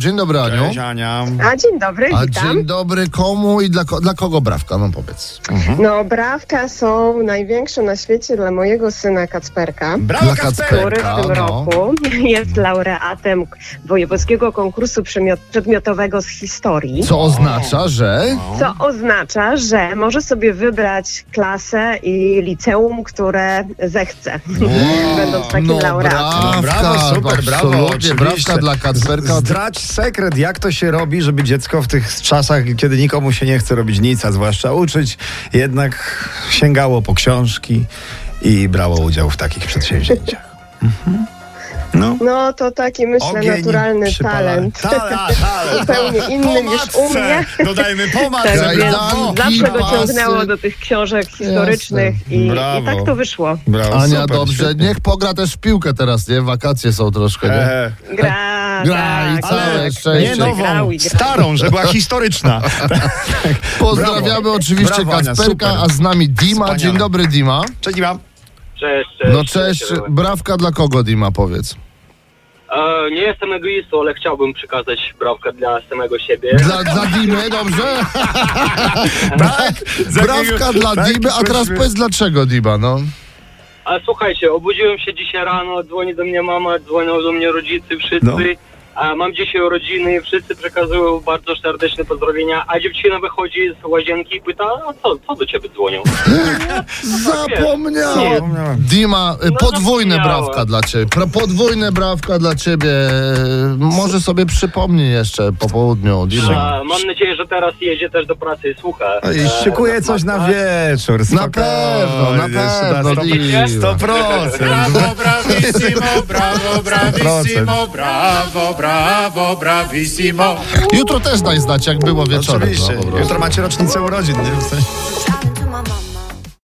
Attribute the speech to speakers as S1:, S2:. S1: Dzień dobry, Aniu.
S2: Cześć, Ania.
S3: A dzień dobry,
S1: A
S3: witam.
S1: dzień dobry komu i dla, ko- dla kogo brawka? No powiedz.
S3: No, brawka są największe na świecie dla mojego syna Kacperka,
S2: Brawo,
S1: Dla
S2: Kacper!
S3: który w tym
S1: no.
S3: roku jest laureatem wojewódzkiego konkursu przemiot- przedmiotowego z historii.
S1: Co oznacza, że...
S3: Co oznacza, że może sobie wybrać klasę i liceum, które zechce, będąc takim
S1: No
S3: laureatem.
S1: brawka,
S2: brawo, super, brawo,
S1: absolutnie,
S2: oczywiście.
S1: brawka dla Kacperka.
S2: Zdrać sekret, jak to się robi, żeby dziecko w tych czasach, kiedy nikomu się nie chce robić nic, a zwłaszcza uczyć, jednak sięgało po książki i brało udział w takich przedsięwzięciach. Mhm. No.
S3: No to taki, myślę,
S2: Ogień
S3: naturalny
S2: przypala.
S3: talent.
S2: Tala, talent.
S3: Zupełnie inny
S2: Po
S3: niż
S2: matce.
S3: u mnie.
S2: Dodajmy po matce.
S3: Tak, więc
S2: brawo.
S3: zawsze go
S1: pasy.
S3: ciągnęło do tych książek historycznych i,
S2: Brawo.
S3: i tak to wyszło.
S2: Brawo,
S1: Ania,
S2: No, super,
S1: dobrze,
S2: świetnie. E,
S1: niech pogra też w piłkę teraz, nie? Wakacje są troszkę, nie?
S2: Ehe.
S3: Gra,
S1: Gra i
S3: tak,
S1: całe
S3: tak.
S1: szczęście.
S2: Nie nową,
S3: Grał i grał.
S2: starą, że była historyczna.
S1: Pozdrawiamy
S2: Brawo.
S1: oczywiście
S2: Brawo, Ania,
S1: Kacperka,
S2: super.
S1: a z nami Dima.
S2: Wspaniale.
S1: Dzień dobry, Dima.
S2: Cześć, Iwa.
S4: Cześć, cześć.
S1: No cześć,
S4: Cześć, Robert.
S1: brawka dla kogo, Dima, powiedz?
S4: E, nie jestem egoistą, ale chciałbym przekazać brawkę dla samego siebie.
S1: Dla, dla Dimy, dobrze?
S2: Tak,
S1: Brawka dla
S2: tak,
S1: Dimy, a teraz
S2: jesteśmy-
S1: powiedz dlaczego, Dima, no.
S4: A słuchajcie, obudziłem się dzisiaj rano, dzwoni do mnie mama, dzwonią do mnie rodzice, wszyscy.
S2: No.
S4: A mam dzisiaj urodziny, wszyscy przekazują bardzo serdeczne pozdrowienia, a dziewczyna wychodzi z łazienki i pyta, a co, co do ciebie dzwonią?
S1: Zapomniałem.
S2: Zapomniałem.
S1: Dima, y,
S4: No,
S1: podwójne
S4: zapomniałem.
S1: brawka dla ciebie. Pro- Podwójne brawka dla ciebie. E, Może sobie przypomnij jeszcze po południu, Dima.
S4: A, mam nadzieję, że teraz jedzie też do pracy i słucha.
S2: I
S4: e,
S2: Szykuję coś na wieczór.
S1: Na
S2: spokojnie.
S1: pewno, na pewno, Dima.
S2: 100%.
S5: Bravo, bravissimo, bravo, bravissimo,
S2: Procent.
S5: bravo, bravo, bravissimo.
S1: Jutro też daj znać, jak było wieczorem.
S2: Oczywiście.
S1: No, po prostu.
S2: Jutro macie rocznicę urodzin, nie? W sensie-
S6: Talking to my mama.